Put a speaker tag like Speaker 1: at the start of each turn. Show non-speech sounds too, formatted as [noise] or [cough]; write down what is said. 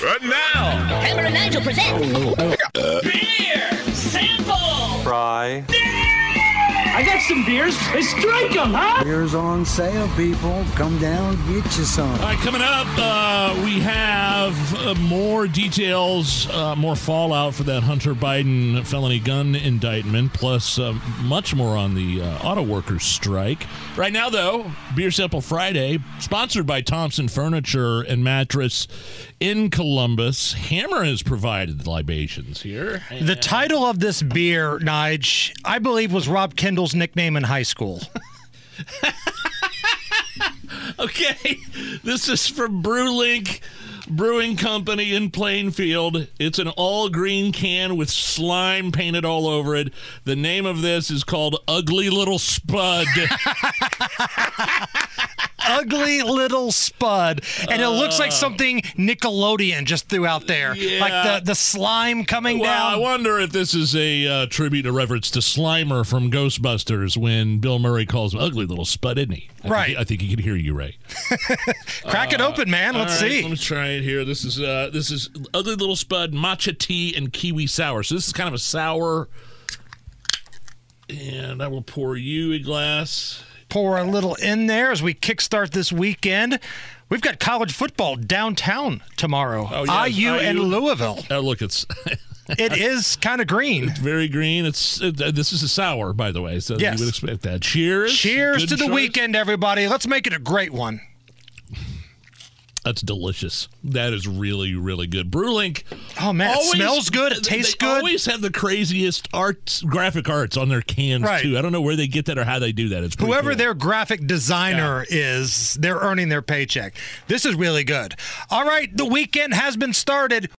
Speaker 1: But now,
Speaker 2: Hammer and Nigel present
Speaker 1: beer
Speaker 2: Sample!
Speaker 3: Fry.
Speaker 4: I got some beers. Hey, strike them, huh?
Speaker 5: Beer's on sale, people. Come down, get you some.
Speaker 6: All right, coming up, uh, we have uh, more details, uh, more fallout for that Hunter Biden felony gun indictment, plus uh, much more on the uh, auto workers strike. Right now, though, Beer Sample Friday, sponsored by Thompson Furniture and Mattress in Columbus. Hammer has provided the libations here.
Speaker 7: The title of this beer, Nige, I believe was Rob Kendall's nickname in high school.
Speaker 6: Okay, [laughs] this is from Brewlink Brewing Company in Plainfield. It's an all green can with slime painted all over it. The name of this is called Ugly Little Spud. [laughs]
Speaker 7: Ugly little spud. And it looks like something Nickelodeon just threw out there.
Speaker 6: Yeah.
Speaker 7: Like the, the slime coming
Speaker 6: well, I
Speaker 7: down.
Speaker 6: wonder if this is a uh, tribute or reference to Slimer from Ghostbusters when Bill Murray calls him Ugly Little Spud, isn't he? I think-
Speaker 7: Right.
Speaker 6: I think he can hear you, Ray.
Speaker 7: Crack it open, man. Let's
Speaker 6: All right,
Speaker 7: see.
Speaker 6: Let me try it here. This is uh, this is Ugly Little Spud matcha tea and kiwi sour. So this is kind of a sour. And I will pour you a glass.
Speaker 7: Pour a little in there as we kickstart this weekend. We've got college football downtown tomorrow.
Speaker 6: Oh, yes,
Speaker 7: IU, and
Speaker 6: IU.
Speaker 7: Louisville.
Speaker 6: Oh, look, it's [laughs]
Speaker 7: It is kind of green.
Speaker 6: very green. It's uh, this is a sour, by the way. So
Speaker 7: Yes.
Speaker 6: you would expect that. Cheers!
Speaker 7: Cheers
Speaker 6: Good
Speaker 7: to the
Speaker 6: choice.
Speaker 7: weekend, everybody. Let's make it a great one.
Speaker 6: That's delicious. That is really, really good. Brewlink.
Speaker 7: Oh, man, it smells good, it
Speaker 6: they-
Speaker 7: tastes
Speaker 6: they
Speaker 7: good.
Speaker 6: Always have the craziest arts, graphic arts on their cans
Speaker 7: Right.
Speaker 6: too. I don't know where they get that or how they do that. It's pretty
Speaker 7: Whoever
Speaker 6: cool.
Speaker 7: their graphic designer is, they're earning their paycheck. This is really good. All right, the weekend has been started.